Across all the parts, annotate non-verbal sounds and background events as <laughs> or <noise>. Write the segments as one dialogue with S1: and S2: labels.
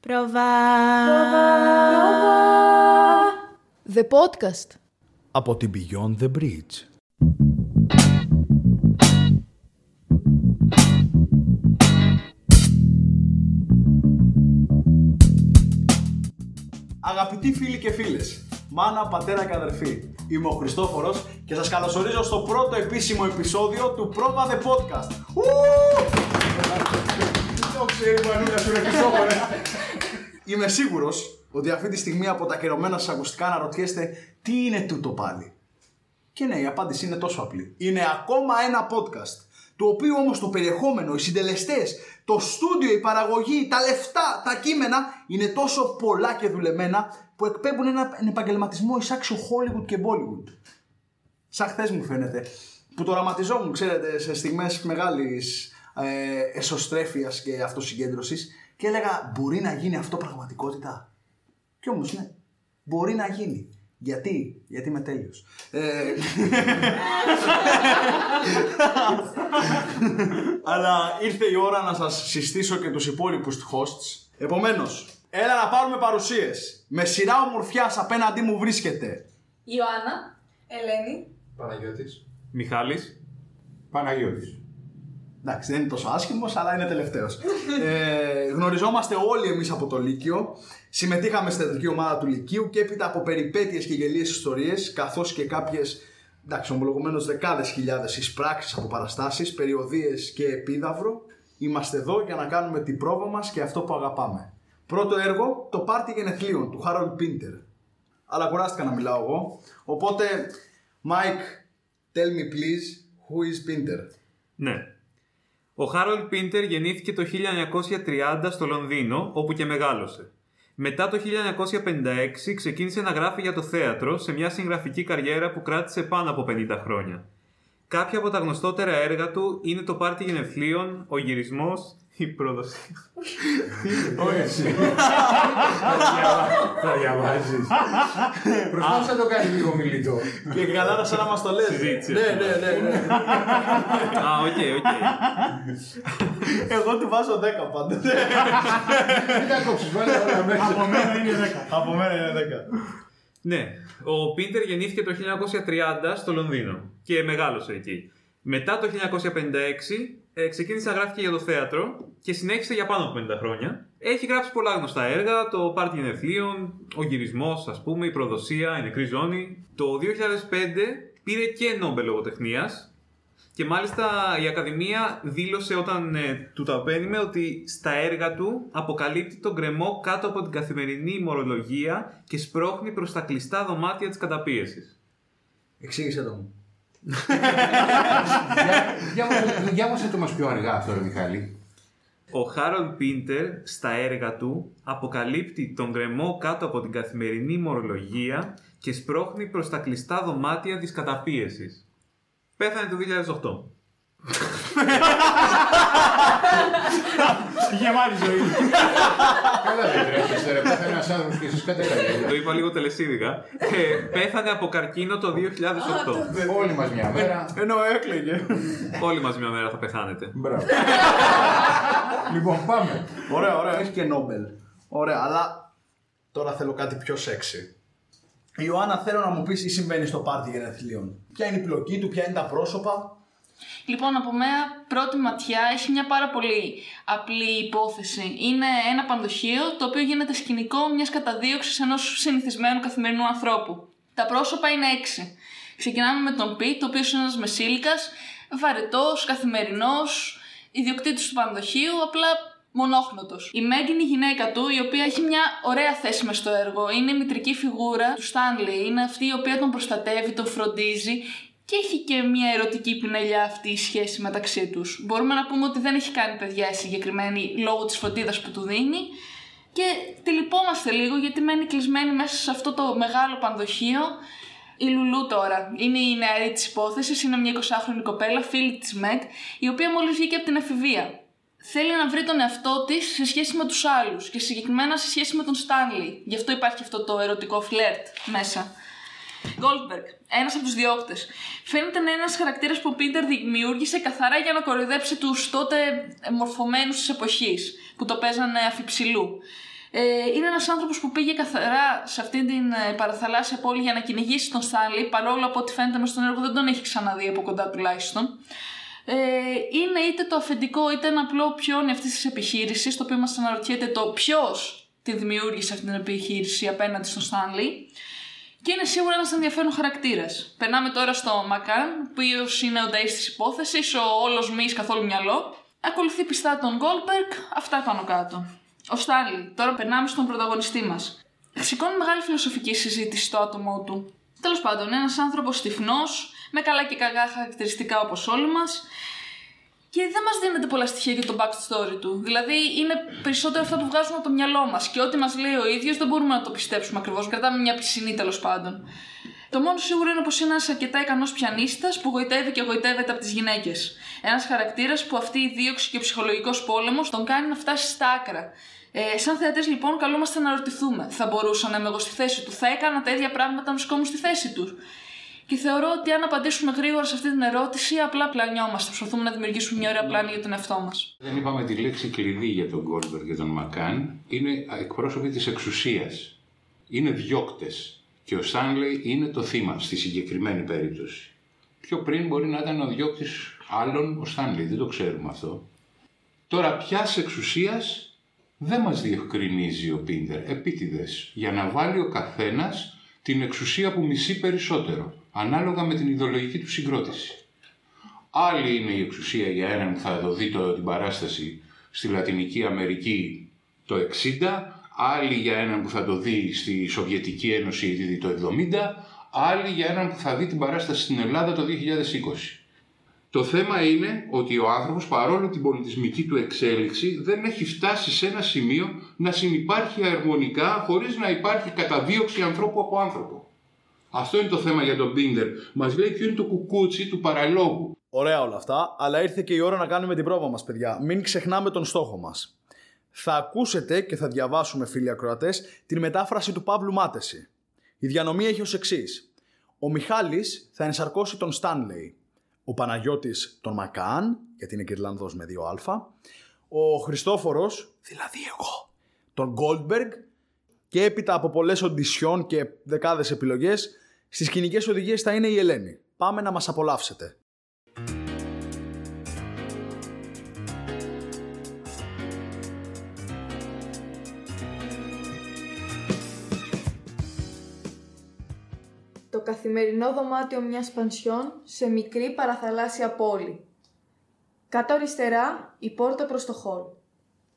S1: Πρόβα.
S2: The podcast.
S3: από την Beyond the Bridge.
S4: Αγαπητοί φίλοι και φίλες, μάνα, πατέρα και αδερφοί, είμαι ο Χριστόφορος και σας καλωσορίζω στο πρώτο επίσημο επεισόδιο του Πρόβα The Podcast. Ου! Το ξέρουμε αν είναι σου Χριστόφορε. Είμαι σίγουρος ότι αυτή τη στιγμή από τα κερωμένα σας ακουστικά να ρωτιέστε τι είναι τούτο πάλι. Και ναι, η απάντηση είναι τόσο απλή. Είναι ακόμα ένα podcast. Το οποίο όμως το περιεχόμενο, οι συντελεστές, το στούντιο, η παραγωγή, τα λεφτά, τα κείμενα είναι τόσο πολλά και δουλεμένα που εκπέμπουν ένα, έναν επαγγελματισμό εισάξιο Hollywood και Bollywood. Σαν χθες μου φαίνεται. Που το οραματιζόμουν, ξέρετε, σε στιγμές μεγάλης ε, εσωστρέφειας και αυτοσυγκέντρωσης και έλεγα: Μπορεί να γίνει αυτό πραγματικότητα. Κι όμως ναι, μπορεί να γίνει. Γιατί, γιατί είμαι Ε, τέλειο. <laughs> Αλλά ήρθε η ώρα να σας συστήσω και τους υπόλοιπους hosts. Επομένως, έλα να πάρουμε παρουσίες. Με σειρά ομορφιάς απέναντί μου βρίσκεται.
S1: Ιωάννα. Ελένη.
S5: Παναγιώτης.
S6: Μιχάλης.
S5: Παναγιώτης.
S4: Εντάξει, δεν είναι τόσο άσχημος, αλλά είναι τελευταίος. ε, γνωριζόμαστε όλοι εμείς από το Λύκειο. Συμμετείχαμε στην θετική ομάδα του Λυκείου και έπειτα από περιπέτειες και γελίες ιστορίες, καθώς και κάποιες, εντάξει, ομολογουμένως δεκάδες χιλιάδες εισπράξεις από παραστάσεις, περιοδίες και επίδαυρο. Είμαστε εδώ για να κάνουμε την πρόβα μας και αυτό που αγαπάμε. Πρώτο έργο, το πάρτι γενεθλίων του Χάρολ Πίντερ. Αλλά κουράστηκα να μιλάω εγώ. Οπότε, Mike, tell me please, who is Pinter?
S6: Ναι. Ο Χάρολ Πίντερ γεννήθηκε το 1930 στο Λονδίνο, όπου και μεγάλωσε. Μετά το 1956 ξεκίνησε να γράφει για το θέατρο σε μια συγγραφική καριέρα που κράτησε πάνω από 50 χρόνια. Κάποια από τα γνωστότερα έργα του είναι το πάρτι γενεθλίων, ο γυρισμός, η προδοσία.
S5: Θα διαβάζεις. Προσπάθησα να το κάνει λίγο μιλητό.
S4: Και καλά σαν να μας το λες.
S6: Συζήτηση.
S4: ναι, ναι, ναι, ναι.
S6: Α, οκ, οκ.
S4: Εγώ του βάζω 10 πάντα.
S5: Μην τα κόψεις, βάλε όλα μέσα.
S4: μένα είναι 10. Από μένα είναι
S6: Ναι, ο Πίντερ γεννήθηκε το 1930 στο Λονδίνο και μεγάλωσε εκεί. Μετά το 1956 ε, ξεκίνησε να γράφει και για το θέατρο και συνέχισε για πάνω από 50 χρόνια. Έχει γράψει πολλά γνωστά έργα, το Πάρτι Γενεθλίων, Ο Γυρισμός ας πούμε, Η Προδοσία, Η Νεκρή Ζώνη. Το 2005 πήρε και Νόμπελ Λογοτεχνίας και μάλιστα η Ακαδημία δήλωσε όταν ε, του τα απένιμε ότι στα έργα του αποκαλύπτει τον κρεμό κάτω από την καθημερινή μορολογία και σπρώχνει προς τα κλειστά δωμάτια της καταπίεσης.
S4: Εξήγησε το μου.
S5: Διάβασε- Διάβασε το μας πιο αργά αυτό, ρε Μιχάλη.
S6: Ο Χάρολ Πίντερ στα έργα του αποκαλύπτει τον κρεμό κάτω από την καθημερινή μορολογία και σπρώχνει προς τα κλειστά δωμάτια της καταπίεσης. Πέθανε το 2008.
S5: Καλά δεν τρέχεις, ρε. Πέθανε ένας άνθρωπος και εσείς κάτε
S6: Το
S5: καλά.
S6: είπα λίγο τελεσίδικα. Ε, πέθανε από καρκίνο το 2008.
S5: Όλοι μας μια μέρα.
S4: Ενώ έκλαιγε.
S6: Όλοι μας μια μέρα θα πεθάνετε.
S5: Μπράβο. Λοιπόν, πάμε.
S4: Ωραία, ωραία. Έχεις και Νόμπελ. Ωραία, αλλά τώρα θέλω κάτι πιο σεξι. Ιωάννα, θέλω να μου πεις τι συμβαίνει στο πάρτι γενεθλίων. Ποια είναι η πλοκή του, ποια είναι τα πρόσωπα.
S7: Λοιπόν, από μένα πρώτη ματιά έχει μια πάρα πολύ απλή υπόθεση. Είναι ένα πανδοχείο το οποίο γίνεται σκηνικό μιας καταδίωξης ενός συνηθισμένου καθημερινού ανθρώπου. Τα πρόσωπα είναι έξι. Ξεκινάμε με τον Πιτ, ο οποίος είναι ένας μεσήλικας, βαρετός, καθημερινός, ιδιοκτήτης του πανδοχείου, απλά μονόχνοτο. Η Μέγκ είναι η γυναίκα του, η οποία έχει μια ωραία θέση μες στο έργο. Είναι η μητρική φιγούρα του Στάνλι. Είναι αυτή η οποία τον προστατεύει, τον φροντίζει και έχει και μια ερωτική πινελιά αυτή η σχέση μεταξύ τους. Μπορούμε να πούμε ότι δεν έχει κάνει παιδιά η συγκεκριμένη λόγω της φροντίδα που του δίνει. Και τη λυπόμαστε λίγο γιατί μένει κλεισμένη μέσα σε αυτό το μεγάλο πανδοχείο. Η Λουλού τώρα είναι η νεαρή της υπόθεσης, είναι μια 20χρονη κοπέλα, φίλη της Μεγ, η οποία μόλις βγήκε από την εφηβεία. Θέλει να βρει τον εαυτό της σε σχέση με τους άλλους και συγκεκριμένα σε σχέση με τον Στάνλι. Γι' αυτό υπάρχει αυτό το ερωτικό φλερτ μέσα. Goldberg, ένας από τους διώκτες. Φαίνεται να είναι ένας χαρακτήρας που ο Πίντερ δημιούργησε καθαρά για να κοροϊδέψει τους τότε μορφωμένους της εποχής που το παίζανε αφιψηλού. Ε, είναι ένας άνθρωπος που πήγε καθαρά σε αυτή την ε, παραθαλάσσια πόλη για να κυνηγήσει τον Στάνλι, παρόλο που ό,τι φαίνεται μες στον έργο δεν τον έχει ξαναδεί από κοντά τουλάχιστον. Ε, είναι είτε το αφεντικό είτε ένα απλό πιόνι αυτής της επιχείρησης, το οποίο μας αναρωτιέται το ποιος τη δημιούργησε αυτή την επιχείρηση απέναντι στον Στάνλι. Και είναι σίγουρα ένας ενδιαφέρον χαρακτήρας. Περνάμε τώρα στο Μακάν, ο οποίος είναι ο νταή της υπόθεσης, ο όλος μη καθόλου μυαλό. Ακολουθεί πιστά τον Γκόλμπερκ, αυτά πάνω κάτω. Ο Στάλι, τώρα περνάμε στον πρωταγωνιστή μας. Σηκώνει μεγάλη φιλοσοφική συζήτηση στο άτομό του. Τέλος πάντων, ένας άνθρωπος τυφνός, με καλά και κακά χαρακτηριστικά όπως όλοι μας. Και δεν μας δίνεται πολλά στοιχεία για το backstory του. Δηλαδή, είναι περισσότερο αυτά που βγάζουμε από το μυαλό μας. Και ό,τι μας λέει ο ίδιος δεν μπορούμε να το πιστέψουμε ακριβώς. Κρατάμε μια πισινή τέλος πάντων. Το μόνο σίγουρο είναι πως είναι ένας αρκετά ικανός πιανίστας που γοητεύει και γοητεύεται από τις γυναίκες. Ένας χαρακτήρας που αυτή η δίωξη και ο ψυχολογικός πόλεμος τον κάνει να φτάσει στα άκρα. Ε, σαν θεατές, λοιπόν, καλούμαστε να ρωτηθούμε: Θα μπορούσα να είμαι εγώ στη θέση του, θα έκανα τα ίδια πράγματα να βρισκόμουν στη θέση του. Και θεωρώ ότι αν απαντήσουμε γρήγορα σε αυτή την ερώτηση, απλά πλανιόμαστε. Προσπαθούμε να δημιουργήσουμε μια ωραία πλάνη για τον εαυτό μας.
S5: Δεν είπαμε τη λέξη κλειδί για τον Γκόλμπερ και τον Μακάν. Είναι εκπρόσωποι της εξουσίας. Είναι διώκτες. Και ο Στάνλεϊ είναι το θύμα στη συγκεκριμένη περίπτωση. Πιο πριν μπορεί να ήταν ο διώκτης άλλων ο Στάνλεϊ. Δεν το ξέρουμε αυτό. Τώρα ποιας εξουσίας δεν μας διευκρινίζει ο Πίντερ. Επίτηδες. Για να βάλει ο καθένας την εξουσία που μισεί περισσότερο. Ανάλογα με την ιδεολογική του συγκρότηση. Άλλη είναι η εξουσία για έναν που θα το δει το, την παράσταση στη Λατινική Αμερική το 60, άλλη για έναν που θα το δει στη Σοβιετική Ένωση ήδη το 70, άλλη για έναν που θα δει την παράσταση στην Ελλάδα το 2020. Το θέμα είναι ότι ο άνθρωπος παρόλο την πολιτισμική του εξέλιξη δεν έχει φτάσει σε ένα σημείο να συνυπάρχει αερμονικά χωρίς να υπάρχει καταδίωξη ανθρώπου από άνθρωπο. Αυτό είναι το θέμα για τον Μπίντερ. Μας λέει ποιο είναι το κουκούτσι του παραλόγου.
S8: Ωραία όλα αυτά, αλλά ήρθε και η ώρα να κάνουμε την πρόβα μας, παιδιά. Μην ξεχνάμε τον στόχο μας. Θα ακούσετε και θα διαβάσουμε, φίλοι ακροατές, την μετάφραση του Παύλου Μάτεση. Η διανομή έχει ως εξής. Ο Μιχάλης θα ενσαρκώσει τον Στάνλεϊ. Ο Παναγιώτης τον Μακάν, γιατί είναι και Ιρλανδός με δύο α. Ο Χριστόφορος, δηλαδή εγώ, τον Γκόλτμπεργκ και έπειτα από πολλές οντισιών και δεκάδες επιλογές, στις κοινικές οδηγίες θα είναι η Ελένη. Πάμε να μας απολαύσετε.
S2: το καθημερινό δωμάτιο μιας πανσιόν σε μικρή παραθαλάσσια πόλη. Κάτω αριστερά η πόρτα προς το χολ.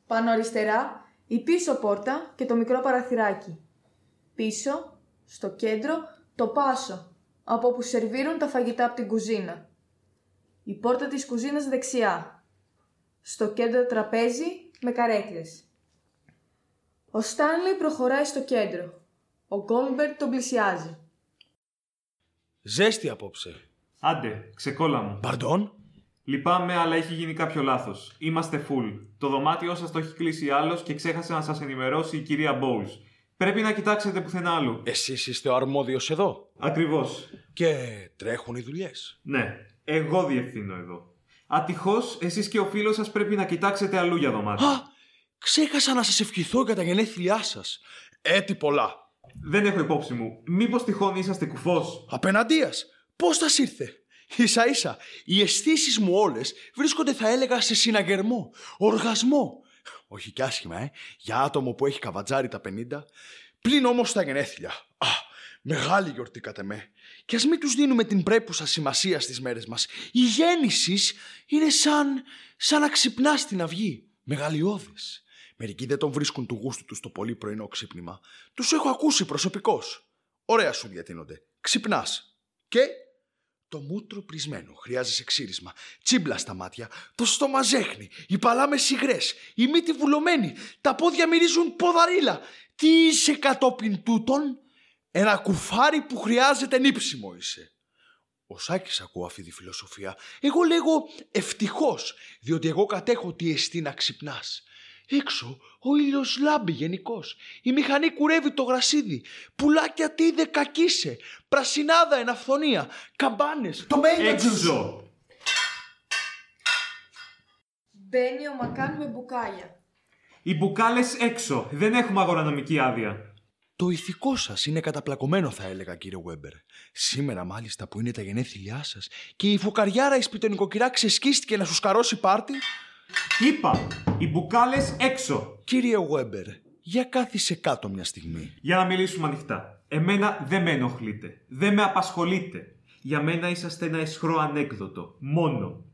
S2: Πάνω αριστερά η πίσω πόρτα και το μικρό παραθυράκι. Πίσω, στο κέντρο, το πάσο, από όπου σερβίρουν τα φαγητά από την κουζίνα. Η πόρτα της κουζίνας δεξιά. Στο κέντρο τραπέζι με καρέκλες. Ο Στάνλι προχωράει στο κέντρο. Ο Γκόλμπερτ τον πλησιάζει.
S8: Ζέστη απόψε.
S6: Άντε, ξεκόλα μου.
S8: Παρντών.
S6: Λυπάμαι, αλλά έχει γίνει κάποιο λάθος. Είμαστε full. Το δωμάτιό σας το έχει κλείσει άλλος και ξέχασε να σας ενημερώσει η κυρία Μπόουλ. Πρέπει να κοιτάξετε πουθενά άλλου.
S4: Εσείς είστε ο αρμόδιος εδώ.
S6: Ακριβώς.
S4: Και τρέχουν οι δουλειές.
S6: Ναι, εγώ διευθύνω εδώ. Ατυχώς, εσείς και ο φίλος σας πρέπει να κοιτάξετε αλλού για δωμάτιο.
S4: Α, ξέχασα να σας ευχηθώ για τα γενέθλιά σας. Έτη πολλά.
S6: Δεν έχω υπόψη μου. Μήπως τυχόν είσαστε κουφός.
S4: Απέναντίας. Πώς σας ήρθε. Ίσα ίσα, οι αισθήσεις μου όλες βρίσκονται θα έλεγα σε συναγερμό, οργασμό. Όχι κι άσχημα, ε, για άτομο που έχει καβατζάρει τα 50. Πλην όμως τα γενέθλια. Α, μεγάλη γιορτή κατά με. Κι ας μην τους δίνουμε την πρέπουσα σημασία στις μέρες μας. Η γέννηση είναι σαν, σαν να ξυπνά στην αυγή. Μεγαλειώδες. Μερικοί δεν τον βρίσκουν του γούστου τους το πολύ πρωινό ξύπνημα. Τους έχω ακούσει προσωπικώς. Ωραία σου διατείνονται. Ξυπνάς. Και το μούτρο πρισμένο. Χρειάζεσαι ξύρισμα. Τσίμπλα στα μάτια. Το στόμα ζέχνει. Οι παλάμες υγρές. Η μύτη βουλωμένη. Τα πόδια μυρίζουν ποδαρίλα. Τι είσαι κατόπιν τούτων. Ένα κουφάρι που χρειάζεται νύψιμο είσαι. Ο Σάκης ακούω αυτή τη φιλοσοφία. Εγώ λέγω ευτυχώς, διότι εγώ κατέχω τη εστί να ξυπνάς. Έξω ο ήλιος λάμπει γενικώς. Η μηχανή κουρεύει το γρασίδι. Πουλάκια τι είδε κακίσε. Πρασινάδα εναφθονία. Καμπάνες. Το
S6: Έξω!
S2: Μπαίνει ο Μακάν με μπουκάλια.
S6: Οι μπουκάλες έξω. Δεν έχουμε αγορανομική άδεια.
S4: Το ηθικό σας είναι καταπλακωμένο, θα έλεγα, κύριε Βέμπερ. Σήμερα, μάλιστα, που είναι τα γενέθλιά σας και η φουκαριάρα η σπιτονικοκυρά ξεσκίστηκε να σου σκαρώσει πάρτι.
S6: Είπα, οι μπουκάλες έξω.
S4: Κύριε Βέμπερ, για κάθισε κάτω μια στιγμή.
S6: Για να μιλήσουμε ανοιχτά. Εμένα δεν με ενοχλείτε. Δεν με απασχολείτε. Για μένα είσαστε ένα ισχρό ανέκδοτο. Μόνο.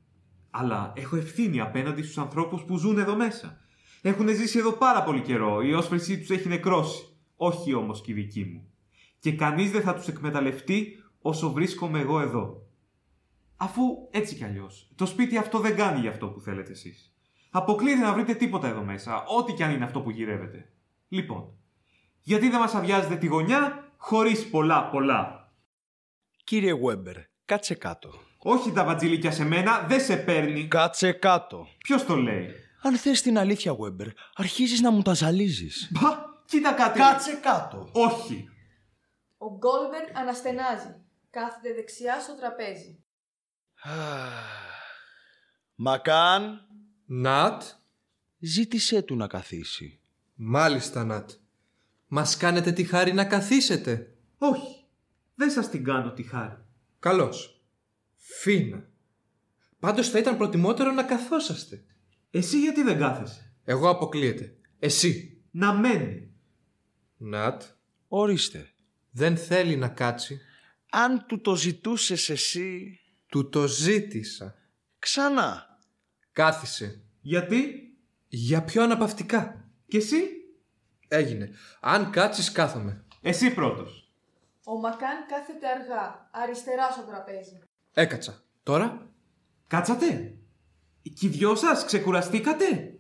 S6: Αλλά έχω ευθύνη απέναντι στους ανθρώπους που ζουν εδώ μέσα. Έχουν ζήσει εδώ πάρα πολύ καιρό. Η όσφρησή τους έχει νεκρώσει. Όχι όμως και η δική μου. Και κανείς δεν θα τους εκμεταλλευτεί όσο βρίσκομαι εγώ εδώ. Αφού έτσι κι αλλιώς, το σπίτι αυτό δεν κάνει για αυτό που θέλετε εσείς. Αποκλείεται να βρείτε τίποτα εδώ μέσα, ό,τι κι αν είναι αυτό που γυρεύετε. Λοιπόν, γιατί δεν μας αδειάζετε τη γωνιά χωρίς πολλά πολλά.
S4: Κύριε Βέμπερ, κάτσε κάτω.
S6: Όχι τα βατζιλίκια σε μένα, δεν σε παίρνει.
S4: Κάτσε κάτω.
S6: Ποιος το λέει.
S4: Αν θες την αλήθεια, Βέμπερ, αρχίζεις να μου τα ζαλίζεις.
S6: Μπα, κοίτα κάτι.
S4: Κάτσε κάτω. <sighs>
S6: Όχι.
S2: Ο Γκόλμπερν αναστενάζει. Κάθεται δεξιά στο τραπέζι.
S4: Μακάν,
S9: Νατ,
S4: ζήτησέ του να καθίσει.
S9: μάλιστα Νατ. Μας κάνετε τη χάρη να καθίσετε.
S6: Όχι. Δεν σας την κάνω τη χάρη.
S9: Καλώς. Φίνα. Πάντως θα ήταν προτιμότερο να καθόσαστε.
S6: Εσύ γιατί δεν κάθεσαι.
S9: Εγώ αποκλείεται. Εσύ.
S6: Να μένει.
S9: Νατ.
S4: Ορίστε.
S9: Δεν θέλει να κάτσει.
S4: Αν του το ζητούσες εσύ,
S9: Του το ζήτησα.
S4: ξανά.
S9: Κάθισε.
S6: Γιατί
S9: Για πιο αναπαυτικά.
S6: και εσύ.
S9: Έγινε. Αν κάτσεις κάθομαι.
S6: Εσύ πρώτος.
S2: Ο Μακάν κάθεται αργά, αριστερά στο τραπέζι.
S9: Έκατσα. Τώρα.
S6: Κάτσατε. Κι οι δυο σας ξεκουραστήκατε.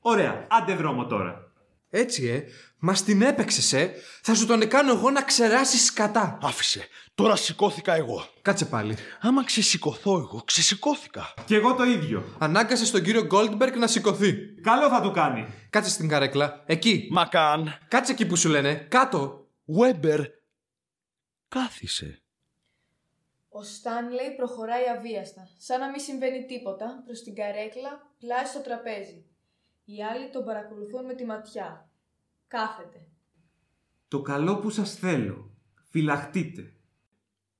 S6: Ωραία, άντε δρόμο τώρα.
S9: Έτσι ε. Μας την έπαιξες ε. Θα σου τον κάνω εγώ να ξεράσεις σκατά.
S4: Άφησε. Τώρα σηκώθηκα εγώ.
S9: Κάτσε πάλι.
S4: Άμα ξεσηκωθώ εγώ, ξεσηκώθηκα.
S6: Κι εγώ το ίδιο.
S9: Ανάγκασες τον κύριο Γκόλτμπεργκ να σηκωθεί.
S6: Καλό θα του κάνει.
S9: Κάτσε στην καρέκλα. Εκεί.
S4: Μακάν,
S9: Κάτσε εκεί που σου λένε. Κάτω.
S4: Βέμπερ, κάθισε.
S2: Ο Στάνλεϊ προχωράει αβίαστα, σαν να μην συμβαίνει τίποτα, προς την καρέκλα, πλάι στο τραπέζι. Οι άλλοι τον παρακολουθούν με τη ματιά. Κάθεται.
S6: Το καλό που σας θέλω. Φυλαχτείτε.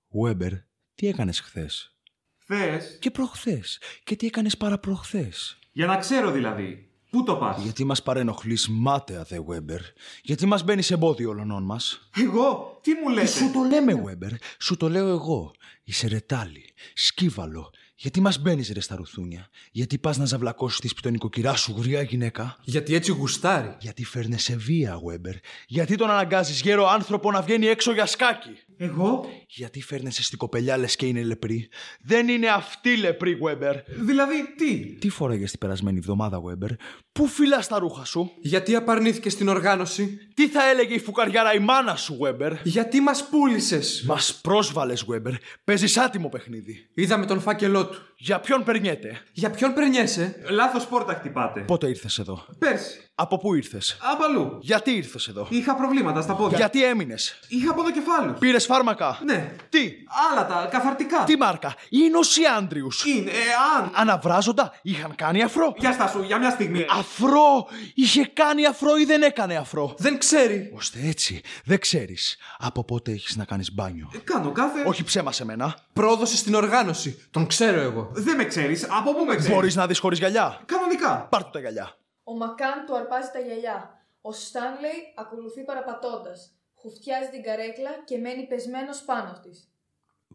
S4: Βέμπερ, τι έκανες χθες.
S6: Θε.
S4: Και προχθές. Και τι έκανες παραπροχθές.
S6: Για να ξέρω δηλαδή. Πού το πας.
S4: Γιατί μας παρενοχλείς μάταια, δε Βέμπερ. Γιατί μας μπαίνεις εμπόδιο ολονών μας.
S6: Εγώ, τι μου λέτε.
S4: Σου το λέμε, Βέμπερ. Σου το λέω εγώ. Είσαι ρετάλι, σκύβαλο. Γιατί μας μπαίνεις ρε στα ρουθούνια. Γιατί πας να ζαυλακώσει τη σπιτονικοκυρά σου, γριά γυναίκα.
S9: Γιατί έτσι γουστάρει.
S4: Γιατί φέρνεσαι βία, Βέμπερ. Γιατί τον αναγκάζεις γέρο άνθρωπο να βγαίνει έξω για σκάκι.
S6: Εγώ,
S4: Γιατί φέρνεσαι στην κοπελιά λες και είναι λεπρή. Δεν είναι αυτή λεπρή, Βέμπερ.
S6: δηλαδή τι.
S4: Τι φοράγε την περασμένη εβδομάδα, Βέμπερ. Πού φυλάς τα ρούχα σου.
S9: Γιατί απαρνήθηκε στην οργάνωση.
S4: Τι θα έλεγε η φουκαριάρα η μάνα σου, Βέμπερ.
S9: Γιατί μας πούλησες.
S4: Μας πρόσβαλες, Βέμπερ. Παίζεις άτιμο παιχνίδι.
S9: Είδαμε τον φάκελό του.
S4: Για ποιον περνιέται.
S9: Για ποιον περνιέσαι.
S6: Λάθος πόρτα χτυπάτε.
S4: Πότε ήρθες εδώ.
S6: Πέρσι.
S4: Από πού ήρθες.
S6: Απ' αλλού.
S4: Γιατί ήρθες εδώ.
S6: Είχα προβλήματα στα πόδια.
S4: Γιατί έμεινες.
S6: Είχα ποδοκεφάλους.
S4: Πήρες φάρμακα.
S6: Ναι.
S4: Τι.
S6: Άλλα τα καθαρτικά.
S4: Τι μάρκα. Ίνος ή Άντριους.
S6: είναι, εάν.
S4: Αναβράζοντα είχαν κάνει αφρό.
S6: Για στάσου, για μια στιγμή.
S4: Αφρό. Είχε κάνει αφρό ή δεν έκανε αφρό.
S9: Δεν ξέρει.
S4: Ώστε έτσι δεν ξέρεις από πότε έχεις να κάνεις μπάνιο.
S6: Ε, Κάνω κάθε.
S4: Όχι ψέμα σε μένα.
S9: Πρόδωσε στην οργάνωση. Τον ξέρω εγώ.
S6: Δεν με ξέρεις. Από πού με ξέρεις.
S4: Μπορείς να δεις χωρίς γυαλιά.
S6: Κανονικά.
S4: Πάρ' του τα γυαλιά.
S2: Ο Μακάν του αρπάζει τα γυαλιά. Ο Στάνλεϊ ακολουθεί παραπατώντας. Χουφτιάζει την καρέκλα και μένει πεσμένος πάνω της.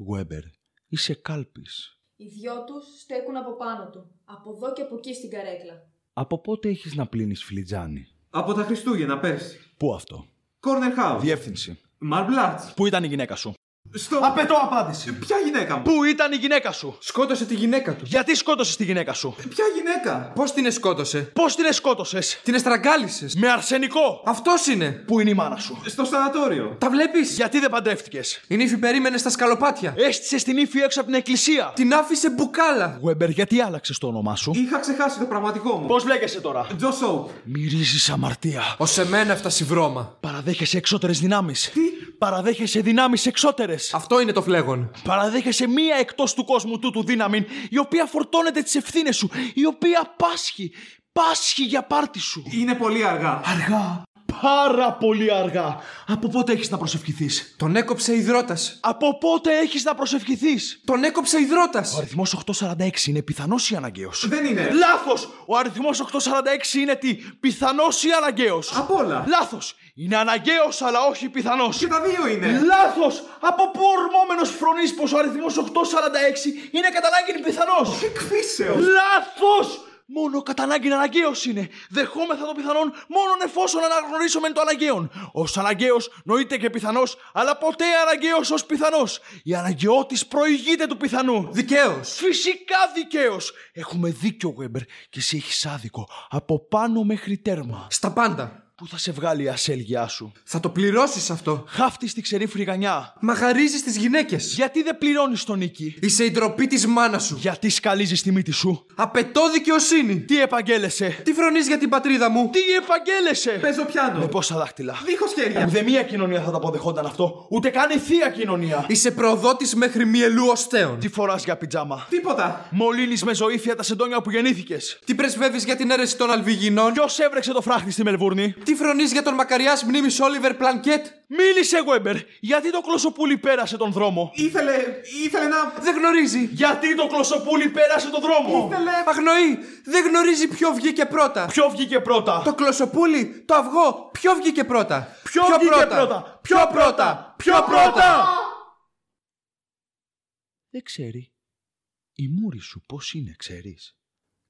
S4: Γουέμπερ, είσαι κάλπης.
S2: Οι δυο τους στέκουν από πάνω του, από εδώ και από εκεί στην καρέκλα.
S4: Από πότε έχεις να πλύνεις φλιτζάνι.
S6: Από τα Χριστούγεννα πέρσι.
S4: Πού αυτό.
S6: Corner House.
S4: Διεύθυνση.
S6: Μαρμπλάτς.
S4: Πού ήταν η γυναίκα σου.
S6: Στο.
S8: Απαιτώ απάντηση.
S6: Ποια γυναίκα μου.
S4: Πού ήταν η γυναίκα σου.
S9: Σκότωσε τη γυναίκα του.
S4: Γιατί σκότωσες τη γυναίκα σου.
S6: Ποια γυναίκα.
S9: Πώς την εσκότωσε.
S4: Πώς την εσκότωσες.
S9: Την εστραγκάλισε.
S4: Με αρσενικό.
S9: Αυτός είναι.
S4: Πού είναι η μάνα σου.
S6: Στο σανατόριο.
S9: Τα βλέπεις.
S4: Γιατί δεν παντρεύτηκες.
S9: Η νύφη περίμενε στα σκαλοπάτια.
S4: Έστησε την ύφη έξω από την εκκλησία.
S9: Την άφησε μπουκάλα.
S4: Γουέμπερ, γιατί άλλαξες το όνομά σου.
S6: Είχα ξεχάσει το πραγματικό μου.
S4: Πώς λέγεσαι τώρα.
S6: Τζο Σόουπ.
S4: Μυρίζεις αμαρτία.
S9: Ως εμένα έφτασε η βρώμα.
S4: Παραδέχεσαι εξώτερες δυνάμεις. Τι. Παραδέχεσαι δυνάμεις εξώτερες.
S9: Αυτό είναι το φλέγον.
S4: Παραδέχεσαι μία εκτός του κόσμου τούτου δύναμη, η οποία φορτώνεται τις ευθύνες σου, η οποία πάσχει. πάσχει για πάρτι σου.
S9: Είναι πολύ αργά.
S4: Αργά. Πάρα πολύ αργά. Από πότε έχεις να προσευχηθείς.
S9: Τον έκοψε υδρότα.
S4: Από πότε έχεις να προσευχηθείς.
S9: Τον έκοψε υδρότα.
S4: Ο αριθμός 846 είναι πιθανός ή αναγκαίος.
S9: Δεν είναι.
S4: Λάθος! Ο αριθμός 846 είναι τι, πιθανός ή αναγκαίος.
S9: Απ' όλα.
S4: Λάθος! Είναι αναγκαίος αλλά όχι πιθανός.
S9: Και τα δύο είναι.
S4: Λάθος! Από πού ορμόμενος φρονείς πως ο αριθμός 846 είναι κατά ανάγκη πιθανός.
S9: Εκφύσεως.
S4: Λάθος! Μόνο κατά ανάγκη αναγκαίος είναι. Δεχόμεθα το πιθανόν μόνον εφόσον αναγνωρίσουμε το αναγκαίο. Ως αναγκαίος νοείται και πιθανός, αλλά ποτέ αναγκαίος ως πιθανός. Η αναγκαιότης προηγείται του πιθανού.
S9: Δικαίως.
S4: Φυσικά δικαίως. Έχουμε δίκιο, Γουέμπερ, και εσύ έχεις άδικο. Από πάνω μέχρι τέρμα.
S9: Στα πάντα.
S4: Πού θα σε βγάλει η ασέλγειά σου.
S9: Θα το πληρώσεις αυτό.
S4: Χάφτη στη ξερή φρυγανιά.
S9: Μαγαρίζεις τις γυναίκες.
S4: Γιατί δεν πληρώνεις τον νίκη.
S9: Είσαι η ντροπή της μάνας σου.
S4: Γιατί σκαλίζεις τη μύτη σου.
S9: Απαιτώ δικαιοσύνη.
S4: Τι επαγγέλεσαι.
S9: Τι φρονείς για την πατρίδα μου.
S4: Τι επαγγέλεσαι.
S9: Παίζω πιάνο.
S4: Με πόσα δάχτυλα.
S9: Δίχως χέρια.
S4: Ούτε Ε, μία κοινωνία θα τα αποδεχόταν αυτό. Ούτε καν η θεία κοινωνία.
S9: Είσαι προδότης μέχρι μυελού οστέων.
S4: Τι φοράς για πιτζάμα.
S9: Τίποτα.
S4: Μολύνεις με ζωήφια τα σεντόνια που γεννήθηκες.
S9: Τι πρεσβεύεις για την αίρεση των Αλβιγινών.
S4: Ποιος έβρεξε το φράχτη στη Μελβούρνη.
S9: Τι φρονείς για τον μακαριάς μνήμης Όλιβερ Πλανκέτ.
S4: Μίλησε, Γουέμπερ. Γιατί το κλωσοπούλι πέρασε τον δρόμο.
S9: Ήθελε. ήθελε να. Δεν γνωρίζει.
S4: Γιατί το κλωσοπούλι πέρασε τον δρόμο.
S9: Ήθελε. Αγνοεί. Δεν γνωρίζει ποιο βγήκε πρώτα.
S4: Ποιο βγήκε πρώτα.
S9: Το κλωσοπούλι, το αυγό, ποιο βγήκε πρώτα.
S4: Ποιο βγήκε πρώτα. Ποιο πρώτα. Ποιο πρώτα. Δεν ξέρει. Η μούρη σου πώς είναι, ξέρεις.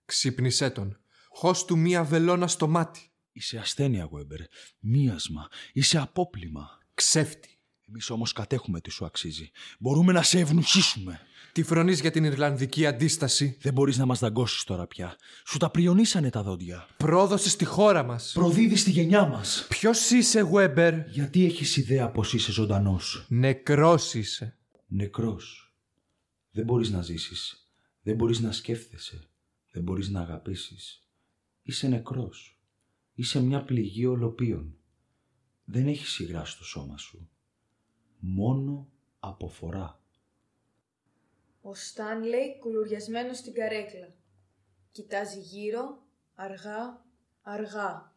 S9: Ξύπνησέ τον. Χώς του μία βελόνα στο μάτι.
S4: Είσαι ασθένεια, Γουέμπερ. Μίασμα. Είσαι απόπλημα.
S9: Ξέφτη.
S4: Εμείς όμως κατέχουμε τι σου αξίζει. Μπορούμε να σε ευνουχίσουμε.
S9: Τι φρονείς για την Ιρλανδική αντίσταση.
S4: Δεν μπορείς να μας δαγκώσεις τώρα πια. Σου τα πριονίσανε τα δόντια.
S9: Πρόδωσες στη χώρα μας.
S4: Προδίδεις τη γενιά μας.
S9: Ποιος είσαι, Γουέμπερ.
S4: Γιατί έχεις ιδέα πως είσαι ζωντανός.
S9: Νεκρός είσαι.
S4: Νεκρός. Δεν μπορείς να ζήσεις. Δεν μπορείς να σκέφτεσαι. Δεν μπορείς να αγαπήσεις. Είσαι νεκρός. Είσαι μια πληγή ολοπίων. Δεν έχει υγρά στο σώμα σου. Μόνο αποφορά.
S2: Ο Στάνλεϊ κουλουριασμένο στην καρέκλα. Κοιτάζει γύρω, αργά, αργά.